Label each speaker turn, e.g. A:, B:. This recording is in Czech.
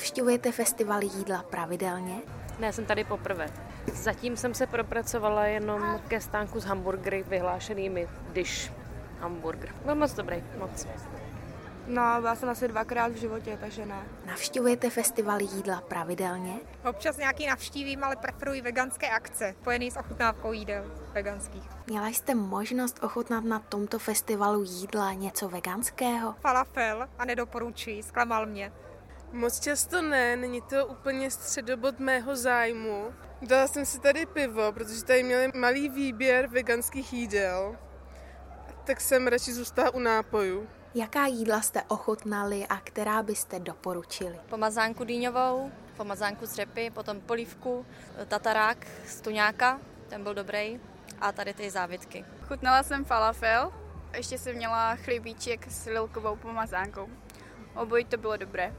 A: Navštěvujete festival jídla pravidelně?
B: Ne, jsem tady poprvé. Zatím jsem se propracovala jenom ke stánku s hamburgery vyhlášenými, když hamburger. Byl moc dobrý, moc.
C: No, byla jsem asi dvakrát v životě, takže ne.
A: Navštěvujete festival jídla pravidelně?
D: Občas nějaký navštívím, ale preferuji veganské akce, spojený s ochutnávkou jídel veganských.
A: Měla jste možnost ochutnat na tomto festivalu jídla něco veganského?
D: Falafel a nedoporučuji, zklamal mě.
E: Moc často ne, není to úplně středobod mého zájmu. Dala jsem si tady pivo, protože tady měli malý výběr veganských jídel. Tak jsem radši zůstala u nápojů.
A: Jaká jídla jste ochutnali a která byste doporučili?
F: Pomazánku dýňovou, pomazánku z řepy, potom polívku, e, tatarák z tuňáka, ten byl dobrý, a tady ty závitky.
G: Chutnala jsem falafel, ještě jsem měla chlebíček s lilkovou pomazánkou. Obojí to bylo dobré.